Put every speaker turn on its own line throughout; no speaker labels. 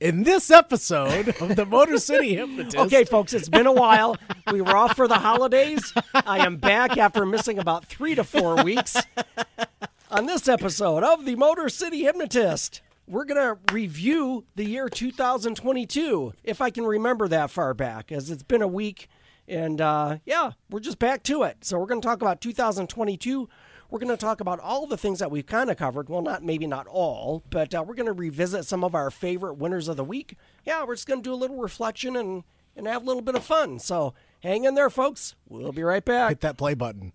in this episode of the Motor City Hypnotist.
Okay, folks, it's been a while. We were off for the holidays. I am back after missing about three to four weeks. On this episode of the Motor City Hypnotist, we're going to review the year 2022, if I can remember that far back, as it's been a week. And uh, yeah, we're just back to it. So we're going to talk about 2022. We're going to talk about all the things that we've kind of covered. Well, not maybe not all, but uh, we're going to revisit some of our favorite winners of the week. Yeah, we're just going to do a little reflection and and have a little bit of fun. So hang in there, folks. We'll be right back.
Hit that play button.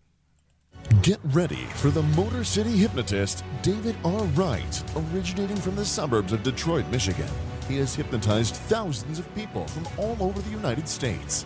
Get ready for the Motor City hypnotist, David R. Wright, originating from the suburbs of Detroit, Michigan. He has hypnotized thousands of people from all over the United States.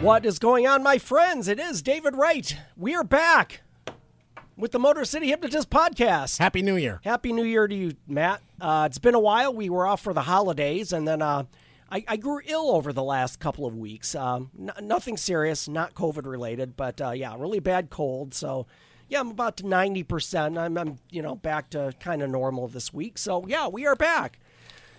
What is going on, my friends? It is David Wright. We are back with the Motor City Hypnotist podcast.
Happy New Year.
Happy New Year to you, Matt. Uh, it's been a while. We were off for the holidays, and then uh, I, I grew ill over the last couple of weeks. Um, n- nothing serious, not COVID related, but uh, yeah, really bad cold. So yeah, I'm about to ninety percent. I'm, I'm you know back to kind of normal this week. So yeah, we are back.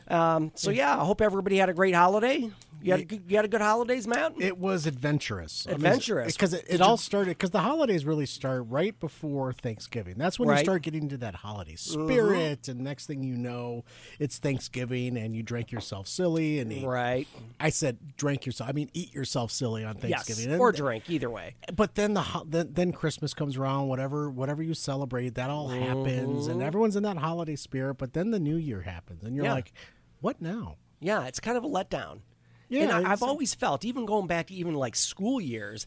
Um, so yeah, I hope everybody had a great holiday. You had a good, you had a good holidays, Matt.
It was adventurous.
Adventurous.
Because it, it all started, because the holidays really start right before Thanksgiving. That's when
Right. Mm-hmm.
you start getting into that holiday spirit. And next thing you know, it's Thanksgiving and you drank yourself silly. And ate-
right.
I said, drank yourself, I mean, eat yourself silly on Thanksgiving.
Yes,
And
or drink either way.
but then the ho- then, then Christmas comes around, whatever whatever you celebrate, that all happens, and everyone's in that holiday spirit. But then the new year happens, and you're
Mm-hmm. Yeah.
like, "What now?"
Yeah, it's kind of a letdown.
Yeah,
and I,
it's-
I've always felt, even going back to even like school years,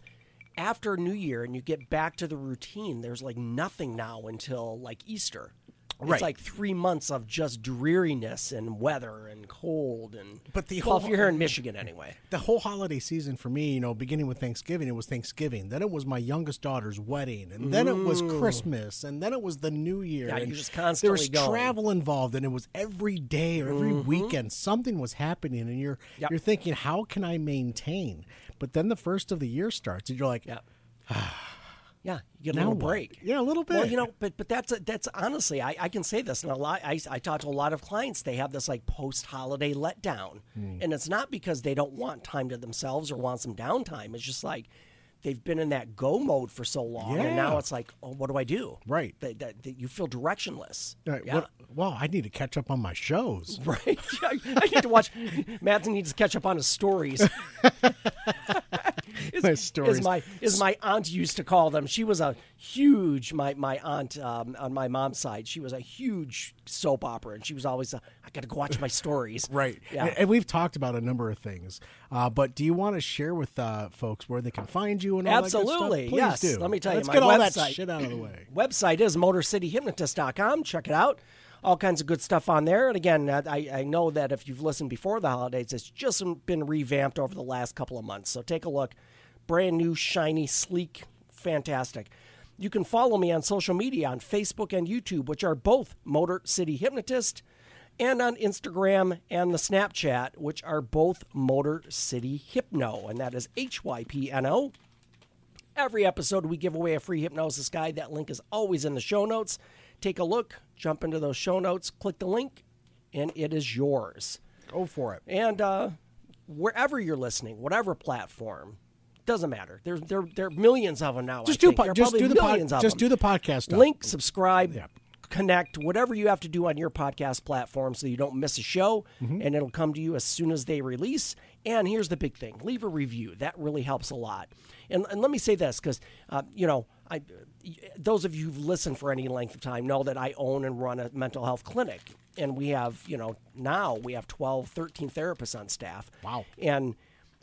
after New Year and you get back to the routine, there's like nothing now until like Easter.
Right.
It's like three months of just dreariness and weather and cold and.
But the
well, if
whole-
you're here in Michigan anyway,
The whole holiday season for me, you know, beginning with Thanksgiving, it was Thanksgiving. Then it was my youngest daughter's wedding, and then it was Christmas, and then it was the New Year.
Mm. Yeah,
and
you're just
there
constantly
was
going.
travel involved, and it was every day or every weekend something was happening, and you're
Yep.
you're thinking, "How can I maintain?" But then the first of the year starts, and you're like,
yeah, yeah, you get a
Now
little
what?
break.
Yeah, a little bit.
Well, you know, but but that's a, that's honestly, I, I can say this, and a lot. I, I talk to a lot of clients. They have this like post holiday letdown,
Hmm.
and it's not because they don't want time to themselves or want some downtime. It's just like they've been in that go mode for so long, and now
Yeah.
it's like, oh, what do I do?
Right.
That, that, that you feel directionless.
All right,
Yeah.
what- well, I need to catch up on my shows.
Right. I, I need to watch. Madsen needs to catch up on his stories. is,
My stories.
Is my is my aunt used to call them. She was a huge my my aunt um, on my mom's side. She was a huge soap opera, and she was always a, I got to go watch my stories.
Right.
Yeah.
And, and we've talked about a number of things. Uh, but do you want to share with uh, folks where they can find you and all
Absolutely,
that good stuff?
yes.
Please do.
Let me tell you,
Let's
my
get all that
website-
shit out of the way.
website is motorcityhypnotist.com. Check it out. All kinds of good stuff on there. And again, uh, I, I know that if you've listened before the holidays, it's just been revamped over the last couple of months. So take a look. Brand new, shiny, sleek, fantastic. You can follow me on social media on Facebook and YouTube, which are both Motor City Hypnotist, and on Instagram and the Snapchat, which are both Motor City Hypno. And that is H Y P N O. Every episode, we give away a free hypnosis guide. That link is always in the show notes. Take a look, jump into those show notes, click the link, and it is yours.
Go for it.
And uh, wherever you're listening, whatever platform, doesn't matter. There's there there are millions of them now.
Just
I
do
think.
po-
There are
just do
probably
the pod-
millions of
just do
them.
the podcast stuff.
Link, subscribe,
Yeah.
connect, whatever you have to do on your podcast platform, so you don't miss a show,
Mm-hmm.
and it'll come to you as soon as they release. And here's the big thing: leave a review. That really helps a lot. And, and let me say this, because uh, you know, I those of you who've listened for any length of time know that I own and run a mental health clinic. And we have, you know, now we have 12, 13 therapists on staff.
Wow.
And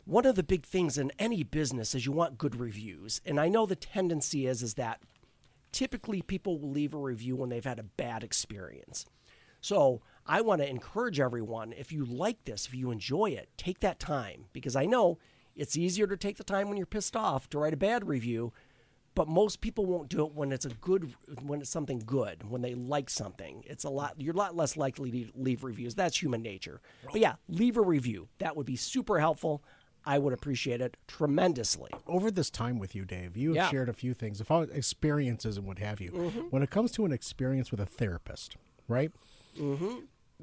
one of the big things in any business is you want good reviews. And I know the tendency is is that typically people will leave a review when they've had a bad experience. So I want to encourage everyone if you like this, if you enjoy it, take that time because I know it's easier to take the time when you're pissed off to write a bad review, but most people won't do it when it's a good when it's something good, when they like something. It's a lot you're a lot less likely to leave reviews. That's human nature. But yeah, leave a review. That would be super helpful. I would appreciate it tremendously.
over this time with you, Dave, you have
Yeah. Mm-hmm.
shared a few things, if all experiences and what have you. When it comes to an experience with a therapist, right?
Mm-hmm.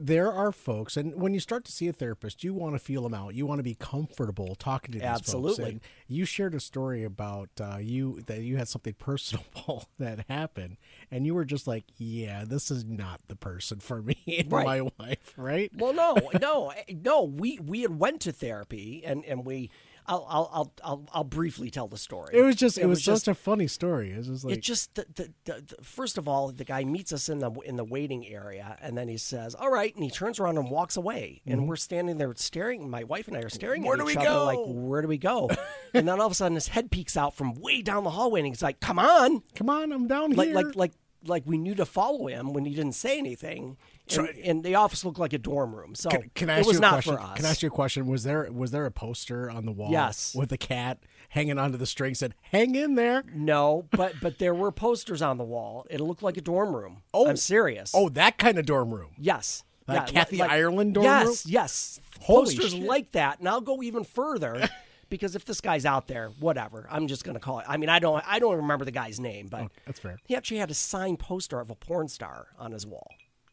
There are folks, and when you start to see a therapist, you want to feel them out. You want to be comfortable talking to these folks.
Absolutely.
And you shared a story about uh, you that you had something personal that happened, and you were just like, "Yeah, this is not the person for me and
Right.
my wife." Right?
Well, no, no, eh, no. We we had went to therapy, and and we, I'll I'll I'll I'll, I'll briefly tell the story.
It was just it, was,
just
just a funny story. It was just like
it just the, the, the, the first of all, the guy meets us in the in the waiting area, and then he says, "All right," and he turns around and walks away, and we're standing there staring. My wife and I are staring
Where
at
do
each
we
other
go?
like, "Where do we go?" and then all of a sudden, his head peeks out from way down the hallway, and he's like, "Come on!"
"Come on, I'm down
like
here."
like like like we knew to follow him when he didn't say anything. And, and the office looked like a dorm room, so
Can, can I ask
Oh, it was
you a
not
question?
for us.
Can I ask you a question? Was there was there a poster on the wall?
Yes.
With a cat hanging onto the string said, "Hang in there."
No, but but there were posters on the wall. It looked like a dorm room. Oh, I'm serious.
Oh, that kind of dorm room.
yes,
Like Kathy Ireland dorm
yes,
room?
Yes,
Holy
posters
shit.
like that. And I'll go even further because if this guy's out there, whatever. I'm just gonna call it. I mean, I don't I don't remember the guy's name, but
Oh, That's fair.
he actually had a signed poster of a porn star on his wall.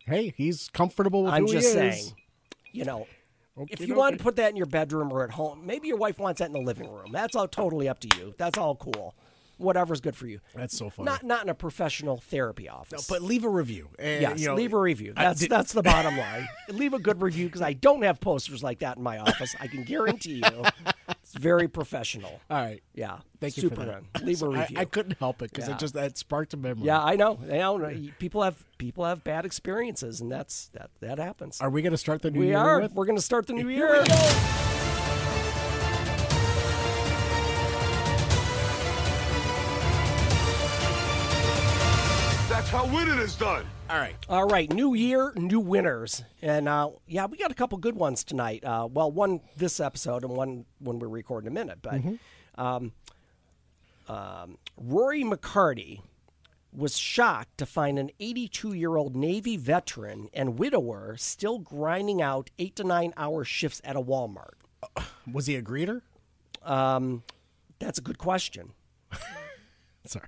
Hey, he's comfortable with
I'm
who
just
he is.
saying, you know, if
Okie
you want
dokie.
to put that in your bedroom or at home, maybe your wife wants that in the living room. That's all totally up to you. That's all cool. Whatever's good for you.
That's so funny.
Not not in a professional therapy office.
but leave a review. And,
yes,
you know,
leave a review.
I
That's
did-
that's the bottom line. leave a good review because I don't have posters like that in my office. I can guarantee you, it's very professional.
All right.
Yeah,
Thank you for
super.
that.
good. Leave a
I,
review.
I couldn't help it because
Yeah.
it just that sparked a memory.
yeah, I know. I know. People have people have bad experiences, and that's that that happens.
Are we going to start the new
we
year
are.
with?
We're going to start the new year.
That's how winning is done.
All right.
All right, new year, new winners, and uh, yeah, we got a couple good ones tonight. Uh, well, one this episode and one when we're recording in a minute. But um, um, Rory McCarty was shocked to find an 82-year-old Navy veteran and widower still grinding out eight to nine hour shifts at a Walmart.
Was he a greeter?
That's a good question.
Sorry.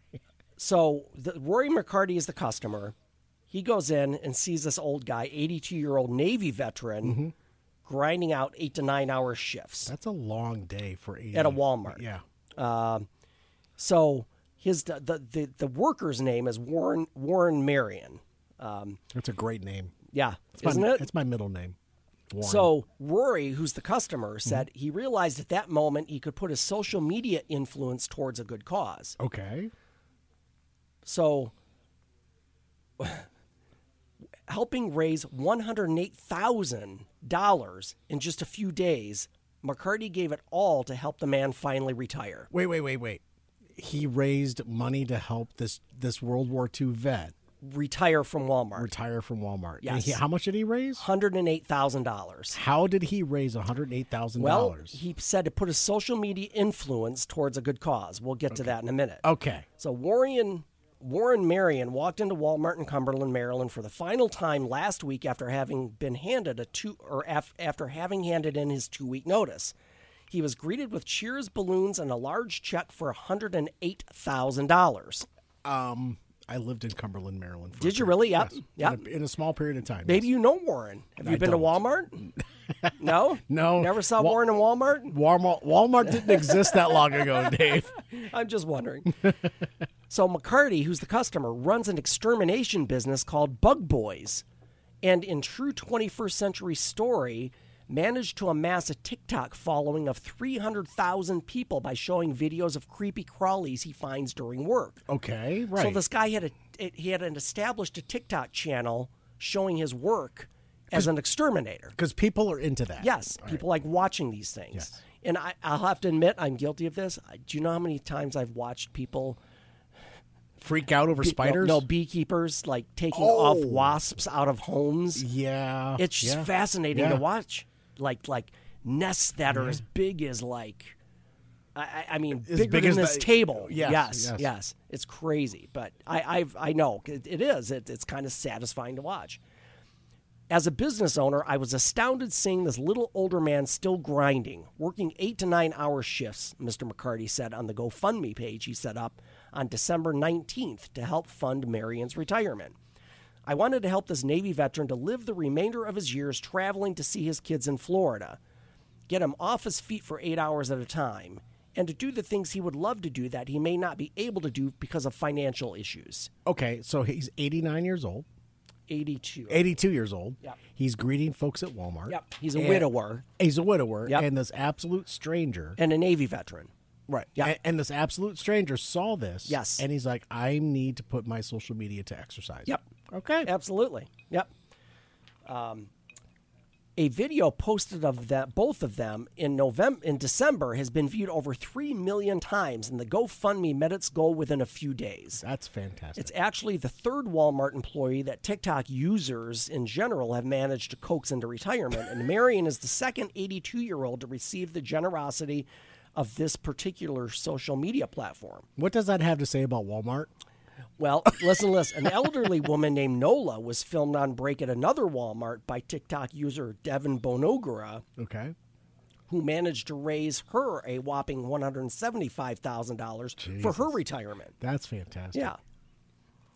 So the, Rory McCarty is the customer. He goes in and sees this old guy, 82 year old Navy veteran,
Mm-hmm.
grinding out eight to nine hour shifts.
That's a long day for 80.
At a Walmart.
Yeah.
So his the the, the, the worker's name is Warren Warren Marion. Um,
That's a great name.
yeah,
It's
isn't
my,
it?
It's my middle name. Warren. Mm-hmm.
So Rory, who's the customer, said he realized at that moment he could put his social media influence towards a good cause.
Okay.
So, helping raise $108,000 in just a few days, McCarty gave it all to help the man finally retire.
Wait, wait, wait, wait. He raised money to help this this World War II vet
Retire from Walmart.
retire from Walmart. And
Yes.
he- how much did he raise?
$108,000.
How did he raise one hundred eight thousand
Well,
dollars?
he said to put his social media influence towards a good cause. We'll get to that in a minute.
Okay.
So Warren Warren Marion walked into Walmart in Cumberland, Maryland, for the final time last week after having been handed a two or af, after having handed in his two week notice. He was greeted with cheers, balloons, and a large check for hundred and eight thousand dollars.
Um, I lived in Cumberland, Maryland. For a
Did you
period-
really? Yep.
Yes.
Yep.
In a, in a small period of time.
Maybe
yes.
you know Warren. Have you
I
been
don't.
to Walmart? No.
No.
Never saw
Wa-
Warren in Walmart.
Walmart. Walmart didn't exist that long ago, Dave.
I'm just wondering. so McCarty, who's the customer, runs an extermination business called Bug Boys, and in true 21st century story, managed to amass a TikTok following of 300,000 people by showing videos of creepy crawlies he finds during work.
Okay. Right.
So this guy had a it- he had an established a TikTok channel showing his work as an exterminator.
because people are into that.
Yes, people like watching these things. And I, I'll have to admit, I'm guilty of this. I- Do you know how many times I've watched people
freak out over
Be- no-
spiders.
No, beekeepers like taking off
Oh.
wasps out of homes.
yeah,
It's just
yeah.
fascinating
Yeah.
to watch. Like like nests that are as big as like I- I, I mean
As
bigger
big
than
as
this
the-
table.
yes,
yes,
yes.
yes. It's crazy, but I I've, I know it, it is. It, it's kind of satisfying to watch. As a business owner, I was astounded seeing this little older man still grinding, working eight to nine hour shifts, Mr. McCarty said on the GoFundMe page he set up on December 19th to help fund Marion's retirement. I wanted to help this Navy veteran to live the remainder of his years traveling to see his kids in Florida, get him off his feet for eight hours at a time, and to do the things he would love to do that he may not be able to do because of financial issues.
Okay, so he's 89 years old,
82.
82 years old.
Yep.
He's greeting folks at Walmart.
Yep. He's a
And-
widower
He's a widower,
Yep.
and this absolute stranger.
and a Navy veteran.
Right.
Yeah.
Yeah. And, this absolute stranger saw this.
Yes.
And he's like, I need to put my social media to exercise.
Yep.
Okay.
Absolutely. Yep. Um, a video posted of that both of them in November in December has been viewed over three million times, and the GoFundMe met its goal within a few days.
That's fantastic.
It's actually the third Walmart employee that TikTok users in general have managed to coax into retirement, and Marion is the second 82 year old to receive the generosity of this particular social media platform.
what does that have to say about Walmart?
Well, listen, listen. An elderly woman named Nola was filmed on break at another Walmart by TikTok user Devin Bonogura,
Okay.
who managed to raise her a whopping $175,000 for her retirement.
That's fantastic.
Yeah.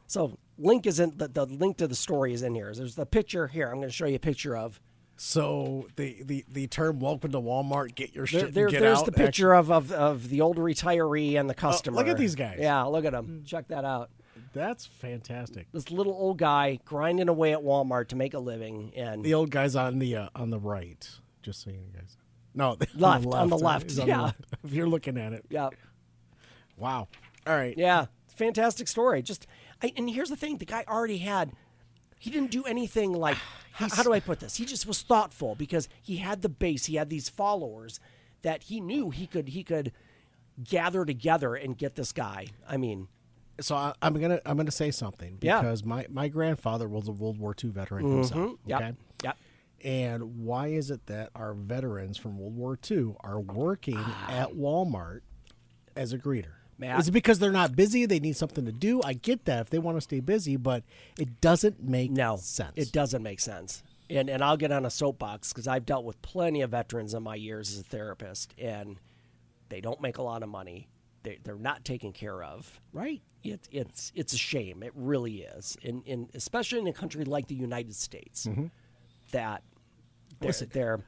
So, link is in the, the link to the story is in here. There's the picture here. I'm going to show you a picture of.
So the, the, the term welcome to Walmart, get your
There,
shit
there-
and get
there's
out. Oh,
the picture of, of, of the old retiree and the customer.
at these guys.
Yeah, look at them. Check that out.
Actually, that's fantastic.
This little old guy grinding away at Walmart to make a living and
The old guy's on the uh, on the right. Just so you guys. No,
Left, on the left,
He's on
yeah.
left. If you're looking at it.
yeah.
Wow. All right.
Yeah, fantastic story. Just I, and here's the thing: the guy already had. He didn't do anything like. How, how do I put this? He just was thoughtful because he had the base. He had these followers that he knew he could he could gather together and get this guy. I mean,
so I, I'm gonna I'm gonna say something
Yeah. Mm-hmm.
because my my grandfather was a World War II veteran himself.
yeah,
Okay.
yeah.
And why is it that our veterans from World War II are working
Ah.
at Walmart as a greeter?
Matt?
Is it because they're not busy? They need something to do. I get that if they want to stay busy, but it doesn't make
No
sense.
It doesn't make sense. And and I'll get on a soapbox because I've dealt with plenty of veterans in my years as a therapist, and they don't make a lot of money. They they're not taken care of.
right.
it, it's it's a shame. It really is, and in, especially in a country like the United States,
Mm-hmm.
that they're they're,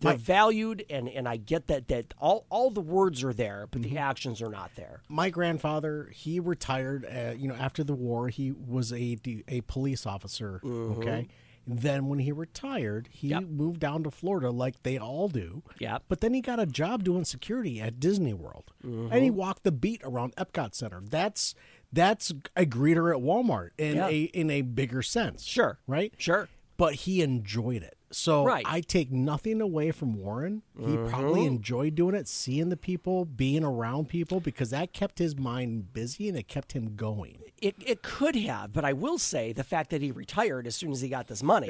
they're valued, and, and I get that that all all the words are there, but
Mm-hmm.
the actions are not there.
My grandfather, he retired. Uh, you know, after the war, he was a d- a police officer. Okay. Then when he retired, he
Mm-hmm. Yep.
moved down to Florida like they all do.
Yep.
But then he got a job doing security at Disney World, and he
Mm-hmm.
walked the beat around Epcot Center. That's that's a greeter at Walmart in
Yeah.
a in a bigger sense.
Sure.
Right.
Sure.
But he enjoyed it. So
Right.
I take nothing away from Warren. He probably enjoyed doing it, seeing the people, being around people, because that kept his mind busy and it kept him going.
It it could have, but I will say the fact that he retired as soon as he got this money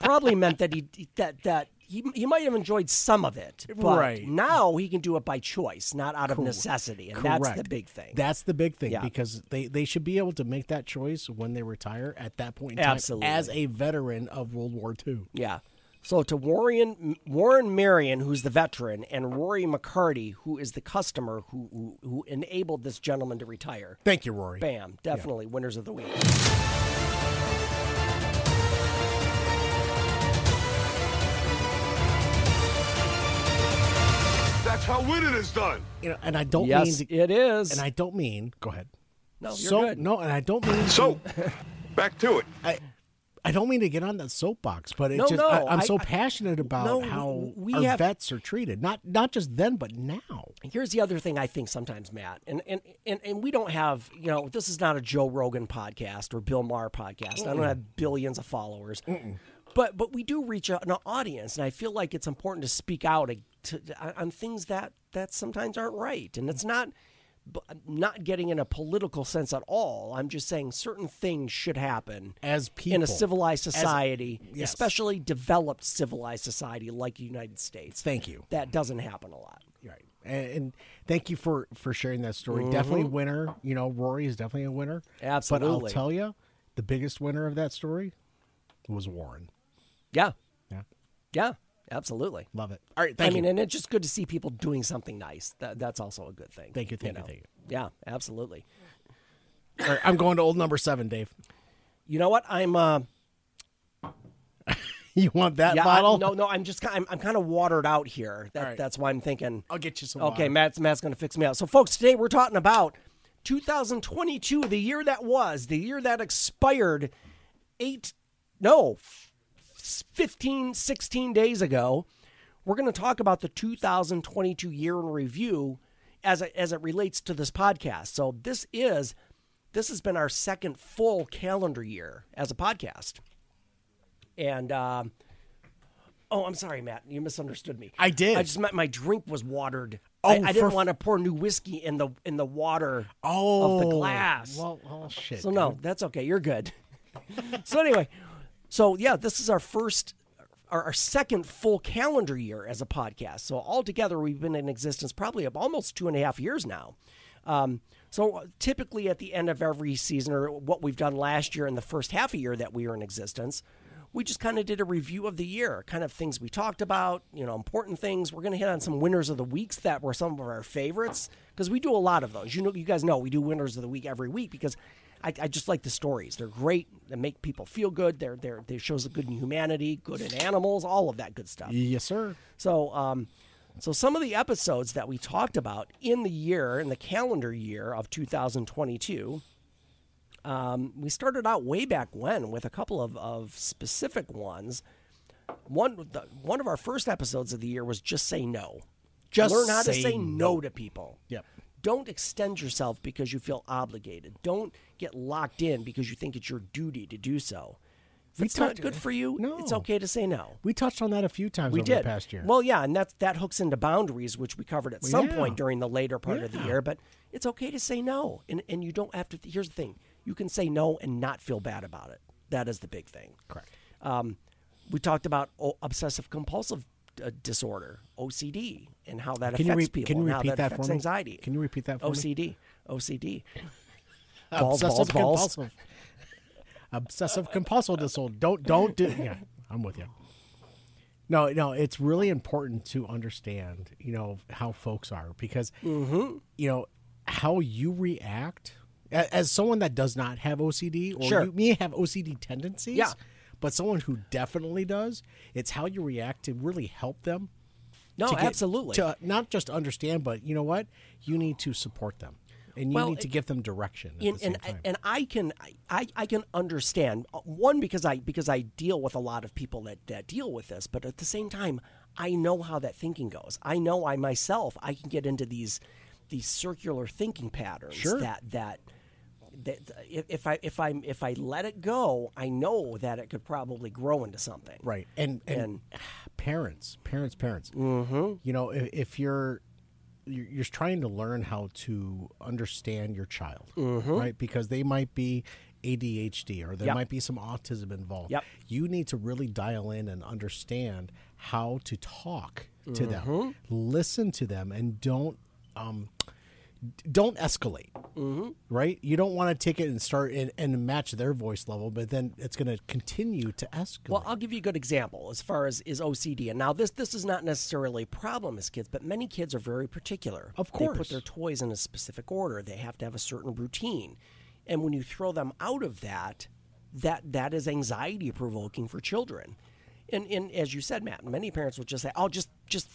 probably meant that he that that. He, he might have enjoyed some of it, but
Right.
now he can do it by choice, not out of necessity, and that's the
Correct.
big thing.
That's the big thing
Yeah.
because they, they should be able to make that choice when they retire at that point in time
Absolutely.
as a veteran of World War II.
Yeah. So to Warren Warren Marion, who's the veteran, and Rory McCarty, who is the customer who who, who enabled this gentleman to retire.
Thank you, Rory.
Bam, definitely winners of the week.
That's how winning is done.
You know, and I don't
Yes,
mean to,
it is.
and I don't mean go ahead.
No, you're
so
good.
no, and I don't mean
So, back to it.
I don't mean to get on that soapbox, but it's
No,
just
no,
I, I'm
I-
so
I-
passionate about
No,
how
we- we
our
have-
vets are treated. Not not just then, but now.
Here's the other thing I think sometimes, Matt, and and, and and we don't have, you know, this is not a Joe Rogan podcast or Bill Maher podcast. I don't have billions of followers, but but we do reach a, an audience, and I feel like it's important to speak out to, to, on things that that sometimes aren't right, and it's not but I'm not getting in a political sense at all. I'm just saying certain things should happen
As
in
people.
a civilized
As-
society,
yes.
especially developed civilized society like the United States.
Thank you.
That doesn't happen a lot.
Right. And, and thank you for for sharing that story.
Mm-hmm.
Definitely a winner. You know, Rory is definitely a winner. But I'll
Absolutely.
tell you, the biggest winner of that story was Warren.
Yeah.
Yeah.
Yeah. Absolutely.
Love it. All right. Thank
I
you.
mean, and it's just good to see people doing something nice. That, that's also a good thing.
Thank you, thank you, thank you.
Yeah, absolutely.
All right, I'm going to old number seven, Dave.
You know what? I'm uh,
You want that
yeah, I-
bottle?
no, no. I'm just ki- I'm, I'm kind of watered out here. That,
right.
That's why I'm thinking.
I'll get you some.
Okay,
water.
Matt's Matt's going to fix me out. So, folks, today we're talking about 2022, the year that was, the year that expired eight, no, f- 15, 16 days ago. We're going to talk about the 2022 year in review as it, as it relates to this podcast. So, this is this has been our second full calendar year as a podcast, and. um Oh, I'm sorry, Matt. You misunderstood me.
I did.
I just meant my drink was watered.
Oh,
I, I didn't
for-
want to pour new whiskey in the in the water
Oh,
of the glass.
Well, oh shit.
so no, that's okay. You're good. so anyway, so yeah, this is our first our, our second full calendar year as a podcast. So altogether, we've been in existence probably of almost two and a half years now. Um, so typically at the end of every season, or what we've done last year in the first half a year that we were in existence, we just kind of did a review of the year, kind of things we talked about, you know, important things. We're going to hit on some winners of the weeks that were some of our favorites because we do a lot of those. You know, you guys know we do winners of the week every week because I, I just like the stories. They're great. They make people feel good. They're they're they shows the good in humanity, good in animals, all of that good stuff.
Yes, sir.
So, um, so some of the episodes that we talked about in the year, in the calendar year of 2022, um, we started out way back when with a couple of, of specific ones. One, the, one of our first episodes of the year was just say no.
Just
learn how to
say
say no to people.
Yep.
Don't extend yourself because you feel obligated. Don't get locked in because you think it's your duty to do so. If it's not
talked-
good for you,
No.
it's okay to say no.
We touched on that a few times over the past year.
Well, yeah, and that's that hooks into boundaries, which we covered at some
yeah.
point during the later part of the
Yeah.
year. But it's okay to say no, and and you don't have to. Here's the thing: you can say no and not feel bad about it. That is the big thing.
correct.
Um, we talked about o- obsessive compulsive uh, disorder (OCD) and how that
Can you
affects
re-
people.
can you
and how
repeat that
affects
for me?
Anxiety.
Can you repeat that for me?
OCD, OCD. Balls, balls,
Obsessive
balls.
compulsive. Obsessive compulsive disorder. Don't don't do. Yeah, I'm with you. No, no, it's really important to understand, you know, how folks are because,
Mm-hmm.
you know, how you react a- as someone that does not have OCD or
Sure.
you may have OCD tendencies,
Yeah.
but someone who definitely does, it's how you react to really help them.
No,
to get-
Oh, absolutely.
To not just understand, but you know what? You need to support them and you
Well,
need to
it-
give them direction. At
and,
the same
and,
time.
and I can I, I can understand uh, one because I because I deal with a lot of people that, that deal with this, but at the same time, I know how that thinking goes. I know I myself I can get into these these circular thinking patterns
Sure.
that that that if, if I if I if I let it go, I know that it could probably grow into something.
Right. And and, parents, parents, parents. Mm-hmm. You know, if, if you're you're you're trying to learn how to understand your child, right? Because they might be ADHD or there
Mm-hmm. Yep.
might be some autism involved.
Yep.
You need to really dial in and understand how to talk to
Mm-hmm.
them, listen to them, and don't um, don't escalate
Mm-hmm.
right you don't want to take it and start and, and match their voice level but then it's going to continue to escalate
Well, I'll give you a good example as far as is OCD. And now this this is not necessarily a problem as kids, but many kids are very particular.
Of
They
course.
put their toys in a specific order. They have to have a certain routine. And when you throw them out of that, that that is anxiety provoking for children. And and as you said, Matt, many parents will just say, Oh, just just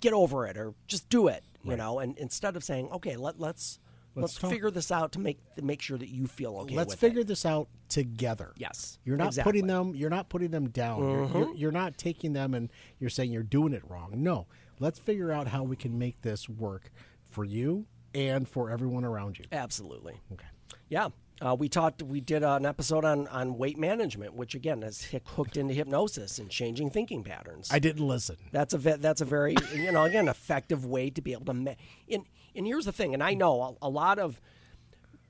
get over it or just do it. You know, and instead of saying, Okay, let let's
Let's
let's,
talk.
figure this out to make to make sure that you feel okay.
let's
with it.
figure this out together.
Yes,
you're not
exactly. Uh-huh.
putting them. You're not putting them down. You're- You're, you're, not taking them and you're saying you're doing it wrong. No, let's figure out how we can make this work for you and for everyone around you.
Absolutely.
Okay.
Yeah. Uh, we talked. We did an episode on on weight management, which again is hi- hooked into hypnosis and changing thinking patterns.
I didn't listen.
That's a ve- that's a very you know again effective way to be able to. Ma- and and here's the thing, and I know a, a lot of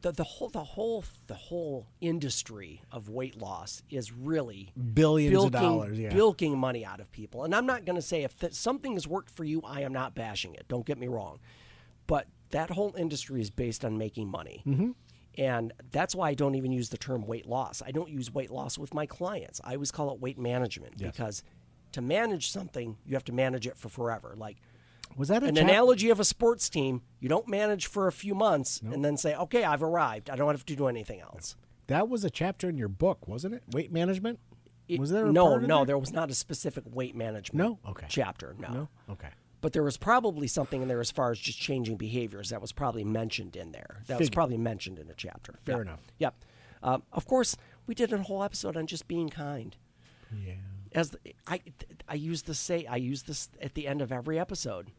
the the whole the whole the whole industry of weight loss is really
Billions
bilking,
of dollars. Yeah.
bilking money out of people. And I'm not going to say if th- something has worked for you, I am not bashing it. Don't get me wrong, but that whole industry is based on making money.
Mm-hmm.
And that's why I don't even use the term weight loss. I don't use weight loss with my clients. I always call it weight management because to manage something, you have to manage it for forever. Like
Was that a
an
chap-
analogy of a sports team, you don't manage for a few months and then say, okay, I've arrived. I don't have to do anything else.
That was a chapter in your book, wasn't it? Weight management.
It-
was there a
no,
part in
no,
there?
there was not a specific weight management
No? Okay.
chapter. No.
Okay.
But there was probably something in there as far as just changing behaviors that was probably mentioned in there. That was
Figure.
probably mentioned in a chapter.
Fair
Yep.
enough.
Yep. Uh, of course, we did a whole episode on just being kind.
Yeah.
As the, I, I use this say, I use this at the end of every episode.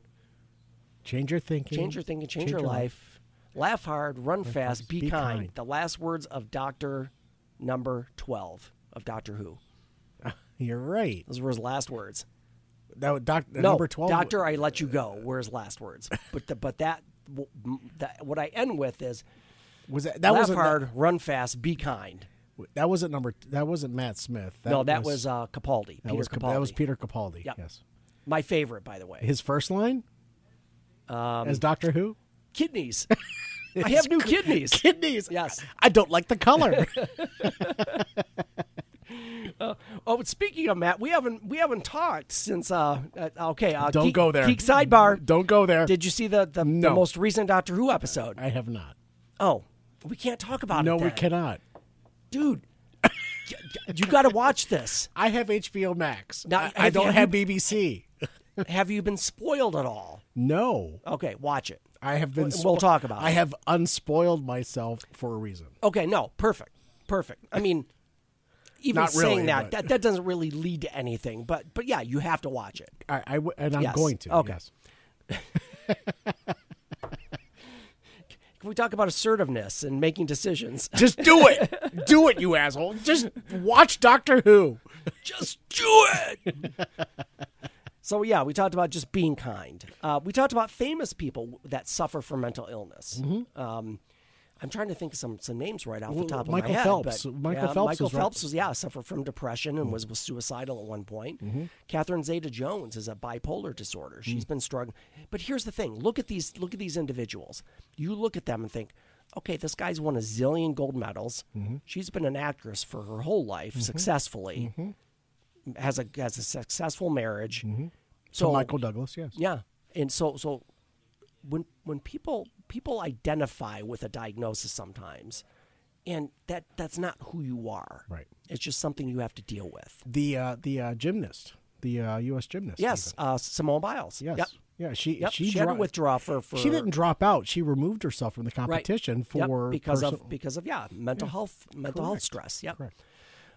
Change your thinking.
Change your thinking, change, your, life. Laugh hard, run fast, be,
be
kind.
kind.
The last words of Doctor Number Twelve of Doctor Who.
You're right.
Those were his last words.
That was doc-
no,
number twelve.
Doctor, I let you go. Were his last words. But the, but that, w- m- that what I end with is
was that. That
laugh
wasn't
hard, run fast, be kind.
That wasn't number. That wasn't Matt Smith.
no, that was, uh, Capaldi.
that
Peter
was
Capaldi.
that was Peter Capaldi.
Yep.
Yes.
My favorite, by the way.
His first line. Um, As Doctor Who.
kidneys. I have new kidneys.
Kidneys.
Yes.
I don't like the color.
Oh, but speaking of Matt, we haven't we haven't talked since. Uh, uh, okay, uh,
Don't
Geek-
go there.
Geek sidebar.
Don't go there.
Did you see the the, the
No.
most recent Doctor Who episode?
I have not.
oh, we can't talk about
No,
it.
we
then.
cannot.
dude. y- y- you got to watch this.
I have HBO Max.
Now,
I, I
have you-
don't
have
have
you-
BBC.
Have you been spoiled at all?
No,
Okay, watch it.
I have been.
We'll talk about
I
it.
have unspoiled myself for a reason.
Okay, no, perfect, perfect. I mean, even
Not really,
saying that,
but-
that that doesn't really lead to anything. But but yeah, you have to watch it.
I, I w- and I'm
Yes.
going to.
Okay.
Yes.
Can we talk about assertiveness and making decisions?
Just do it. do it, you asshole. Just watch Doctor Who.
just do it. so yeah, we talked about just being kind. Uh, we talked about famous people that suffer from mental illness. Um, I'm trying to think of some some names right off
Mm-hmm. Well,
the top of
Michael
my head.
Phelps.
but,
Michael
yeah,
Phelps
Michael
is right-
Phelps was yeah suffered from depression and was was suicidal at one point.
Mm-hmm.
Catherine Zeta Jones is a bipolar disorder. She's been struggling. But here's the thing: look at these look at these individuals. You look at them and think. Okay, this guy's won a zillion gold medals.
Mm-hmm.
She's been an actress for her whole life successfully has a has a successful marriage. So
Mm-hmm. Michael Douglas. Yes.
yeah, and so so when when people people identify with a diagnosis sometimes, and that that's not who you are.
Right.
It's just something you have to deal with.
The uh, the uh, gymnast, the uh, U.S. gymnast.
Yes, uh, Simone Biles.
even.
Yep.
Yes. Yeah. She
Yep.
she,
She, had to
dro-
withdraw for, for
She didn't drop out. She removed herself from the
right.
competition
Yep,
for
because
perso-
of because of yeah mental health mental health
Correct.
stress. Yep.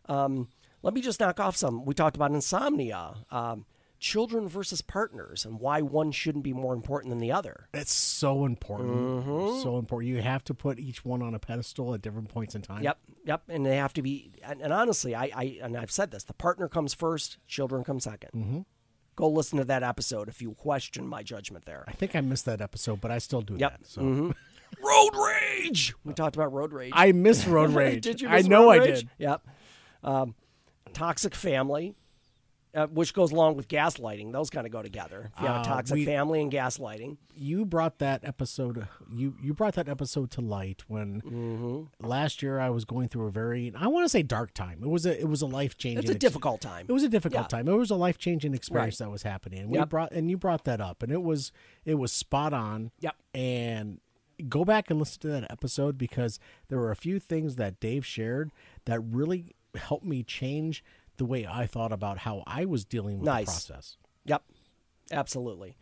Um,
Correct.
Let me just knock off some. We talked about insomnia, um, children versus partners, and why one shouldn't be more important than the other.
It's so important.
Mm-hmm.
So important. You have to put each one on a pedestal at different points in time.
Yep, yep. And they have to be. And, and honestly, I, I and I've said this: the partner comes first, children come 2nd Mm-hmm. Go listen to that episode if you question my judgment there.
I think I missed that episode, but I still do
Yep. Mm-hmm.
that. So
Road rage. We talked about road rage.
I miss Road Rage.
did you?
I
miss
know
road
I
rage?
did.
Yep. Um, toxic family. Uh, which goes along with gaslighting; those kind of go together. If you have a
Uh,
toxic
we-
family and gaslighting,
You brought that episode. You you brought that episode to light when
Mm-hmm.
last year I was going through a very I want to say dark time. It was a it was a life changing.
it's a difficult time.
It was a difficult
Yeah.
time. It was a life changing experience that was happening. And we
Yep.
brought and you brought that up, and it was it was spot on.
Yep.
And go back and listen to that episode because there were a few things that Dave shared that really helped me change the way I thought about how I was dealing with
Nice.
the process.
Yep, absolutely.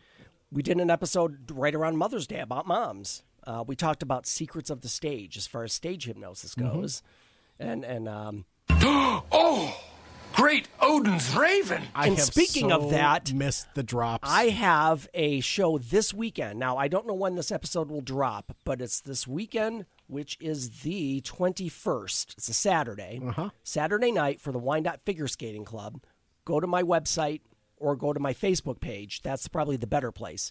We did an episode right around Mother's Day about moms. Uh, we talked about secrets of the stage as far as stage hypnosis
Mm-hmm.
goes, and and um,
Oh, great Odin's raven.
I
And
have
speaking
so
of that,
missed the drops.
I have a show this weekend. Now I don't know when this episode will drop, but it's this weekend which is the 21st. It's a Saturday. Saturday night for the Wyandotte Figure Skating Club. Go to my website or go to my Facebook page. That's probably the better place.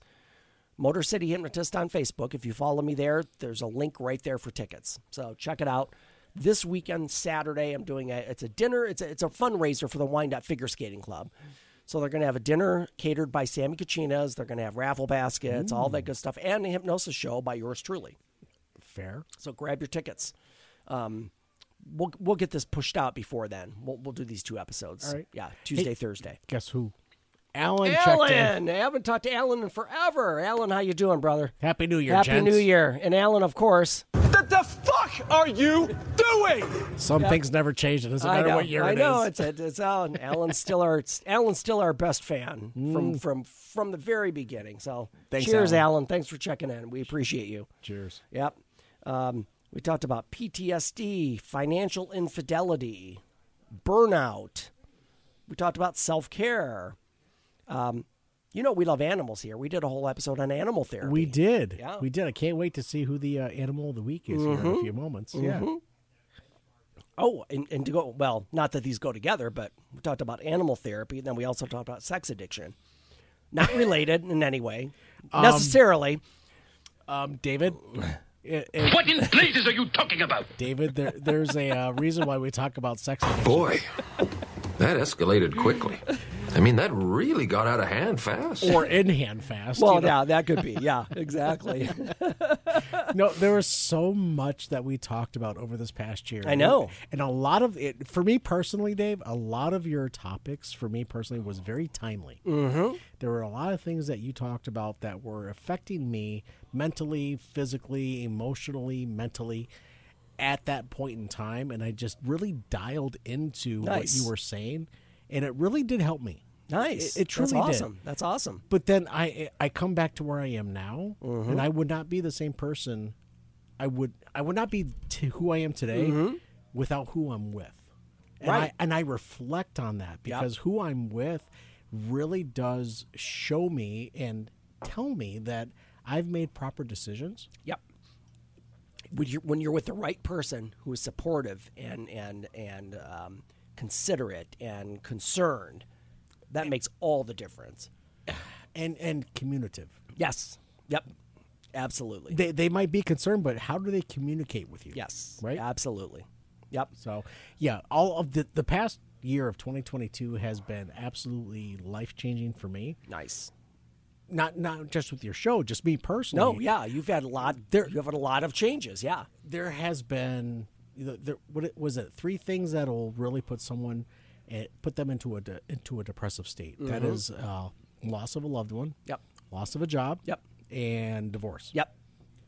Motor City Hypnotist on Facebook. If you follow me there, there's a link right there for tickets. So check it out. This weekend, Saturday, I'm doing a it's a dinner. It's a, it's a fundraiser for the Wyandotte Figure Skating Club. So they're going to have a dinner catered by Sammy Kachinas. They're going to have raffle baskets, all that good stuff, and a hypnosis show by yours truly.
Fair.
So grab your tickets. Um, we'll we'll get this pushed out before then. We'll we'll do these two episodes.
All right.
Yeah, Tuesday, Thursday.
Guess who? Alan, checked in.
Alan, I haven't talked to Alan in forever. Alan, how you doing, brother?
Happy New Year,
Happy
gents.
New Year, and Alan, of course.
What the fuck are you doing?
Some things never change. It doesn't
I
matter
know,
what year
I
it
know
is.
it's it's it's Alan. Alan's still our Alan's still our best fan from from from the very beginning. So
Mm. Thanks,
cheers,
Alan.
Alan. Thanks for checking in. We appreciate you.
Cheers.
Yep. Um, we talked about PTSD, financial infidelity, burnout. We talked about self care. Um, you know, we love animals here. We did a whole episode on animal therapy.
We did.
Yeah. Mm-hmm.
We did. I can't wait to see who the uh, animal of the week is here in a few moments. Yeah.
Oh, and, and to go, well, not that these go together, but we talked about animal therapy, and then we also talked about sex addiction. Not related in any way, necessarily.
Um, David. eh, eh,
What in blazes are you talking about?
David, there, there's a uh, reason why we talk about sex. addiction.
Boy, that escalated quickly. I mean, that really got out of hand fast.
or in hand fast.
Well,
you know?
yeah, that could be. Yeah, exactly.
no, there was so much that we talked about over this past year.
I know.
and a lot of it for me personally, Dave. A lot of your topics for me personally was very timely. Mm-hmm. There were a lot of things that you talked about that were affecting me mentally, physically, emotionally, mentally. At that point in time, and I just really dialed into what
Nice.
you were saying, and it really did help me.
nice.
It- it truly
That's
did.
awesome. That's awesome.
but then I I come back to where I am now,
Mm-hmm.
and I would not be the same person. I would I would not be to who I am today without who I'm with, and
Mm-hmm.
I
Right.
and I reflect on that because who I'm with really does show me and tell me that I've made proper decisions.
Yep. When you're, when you're with the right person who is supportive and and and um, considerate and concerned, that makes all the difference.
and and communicative.
Yes. Yep. Absolutely.
They they might be concerned, but how do they communicate with you?
yes.
right.
Absolutely. Yep.
So, yeah, all of the the past year of 2022 has been absolutely life changing for me.
Nice.
Not not just with your show, just me personally.
No, yeah, you've had a lot. There, you've had a lot of changes. Yeah.
there has been the- there, what it- was it three things that'll really put someone eh, put them into a de, into a depressive state. That is uh, loss of a loved one.
Mm-hmm. Yep.
Loss of a job.
Yep.
And divorce.
Yep.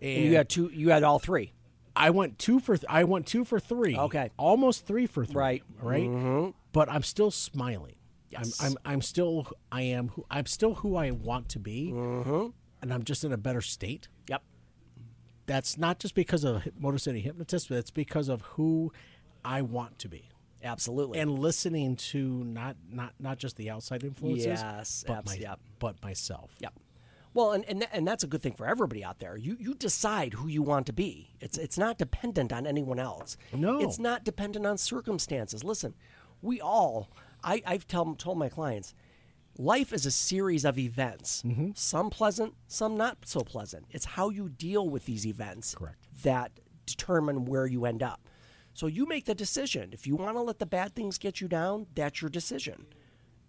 And
And
you had two. You had all three.
I went two for th- I went two for three.
Okay.
almost three for three.
Right.
right. But I'm still smiling.
Yes.
I'm, I'm I'm still I am who I'm still who I want to be, and I'm just in a better state.
Yep.
That's not just because of Hyp- Motor City Hypnotist, but it's because of who I want to be,
Absolutely.
and listening to not not not just the outside influences,
Yes,
but,
abs-
my,
yep.
but myself.
Yep. Well, and, and and that's a good thing for everybody out there. You you decide who you want to be. It's it's not dependent on anyone else.
No.
It's not dependent on circumstances. Listen, we all I, I've tell, told my clients, life is a series of events.
Mm-hmm.
Some pleasant, some not so pleasant. It's how you deal with these events
Correct.
that determine where you end up. So you make the decision. If you want to let the bad things get you down, that's your decision.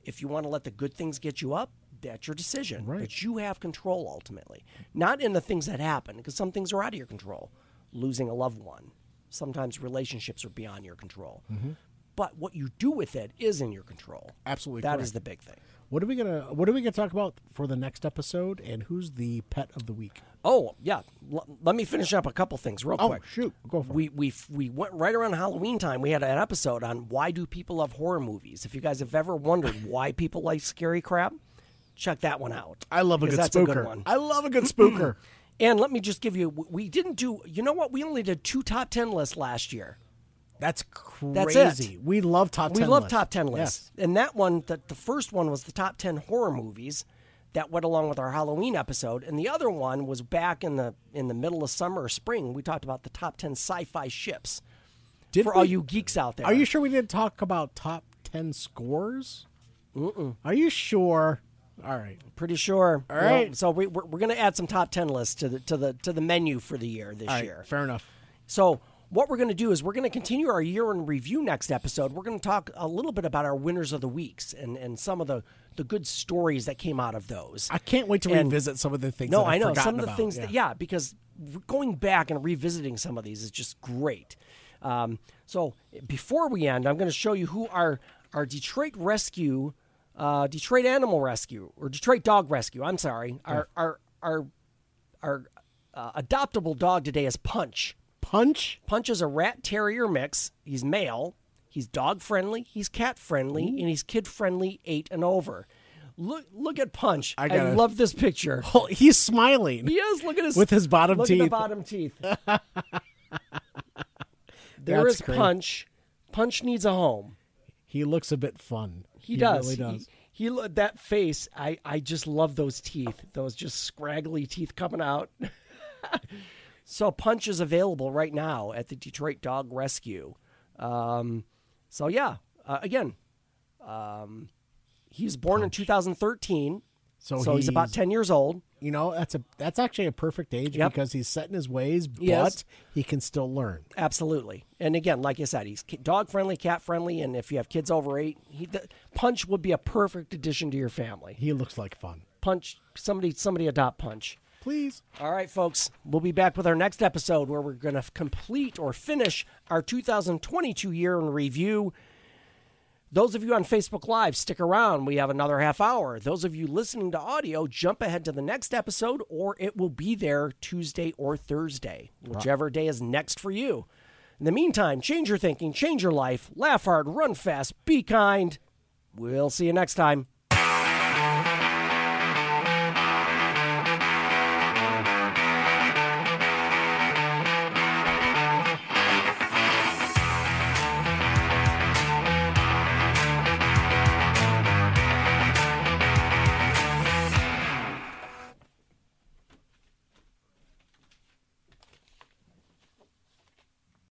If you want to let the good things get you up, that's your decision.
Right.
But you have control ultimately, not in the things that happen, because some things are out of your control. Losing a loved one, sometimes relationships are beyond your control.
Mm-hmm.
But what you do with it is in your control.
Absolutely
that is
correct.
the big thing.
What are we gonna What are we gonna talk about for the next episode? And who's the pet of the week?
Oh yeah, L- let me finish up a couple things real
Oh,
quick.
shoot. Go for it.
we, We we went right around Halloween time. We had an episode on why do people love horror movies. If you guys have ever wondered why people like scary crap, check that one out.
I love a
because
good
that's
spooker.
A good one.
I love a good spooker.
And let me just give you, we didn't do, you know what? We only did two top 10 lists last year.
That's crazy.
That's it.
We love top
We
10
love
lists.
top 10 lists. And that one, the, the first one was the top 10 horror movies. that went along with our Halloween episode, and the other one was back in the in the middle of summer or spring. We talked about the top ten sci-fi ships
Did
for
we-
all you geeks out there.
Are you sure we didn't talk about top ten scores? Are you sure? All right.
pretty sure? All
right.
so we, we're, we're going to add some top ten lists to the to the to the menu for the year this
All right.
year.
Fair enough.
So what we're going to do is we're going to continue our year in review next episode. We're going to talk a little bit about our winners of the weeks and, and some of the, the good stories that came out of those.
I can't wait to
And-
revisit some of the things.
no,
that I've
I know
forgotten
some of the
about.
things
Yeah.
that yeah, because re- going back and revisiting some of these is just great. Um, so before we end, I'm going to show you who our our Detroit Rescue, uh, Detroit Animal Rescue or Detroit Dog Rescue. I'm sorry, our our our our uh, adoptable dog today is Punch.
Punch.
Punch is a rat terrier mix. He's male. He's dog friendly. He's cat friendly, and he's kid friendly, eight and over. Look, look at Punch. I,
gotta-
love this picture.
Oh, he's smiling.
He is. Look at his
With his bottom
look At the
teeth.
bottom teeth. there
That's
is
great.
Punch. Punch needs a home.
He looks a bit fun.
He, does.
Really does.
He, he lo- that face. I I just love those teeth. Those just scraggly teeth coming out. so punch is available right now at the Detroit Dog Rescue. Um, so yeah, uh, again, um, he was born in 2013.
So
so he's about
he's-
10 years old.
you know, that's a that's actually a perfect age
Yep.
because he's set in his ways, but
Yes.
he can still learn.
Absolutely. And again, like I said, he's ki- dog friendly, cat friendly, and if you have kids over eight, he, the, Punch would be a perfect addition to your family.
He looks like fun.
Punch somebody, somebody adopt Punch.
Please.
All right, folks, we'll be back with our next episode where we're going to complete or finish our 2022 year in review. Those of you on Facebook Live, stick around. We have another half hour. Those of you listening to audio, jump ahead to the next episode, or it will be there Tuesday or Thursday, whichever day is next for you. In the meantime, change your thinking, change your life, laugh hard, run fast, be kind. We'll see you next time.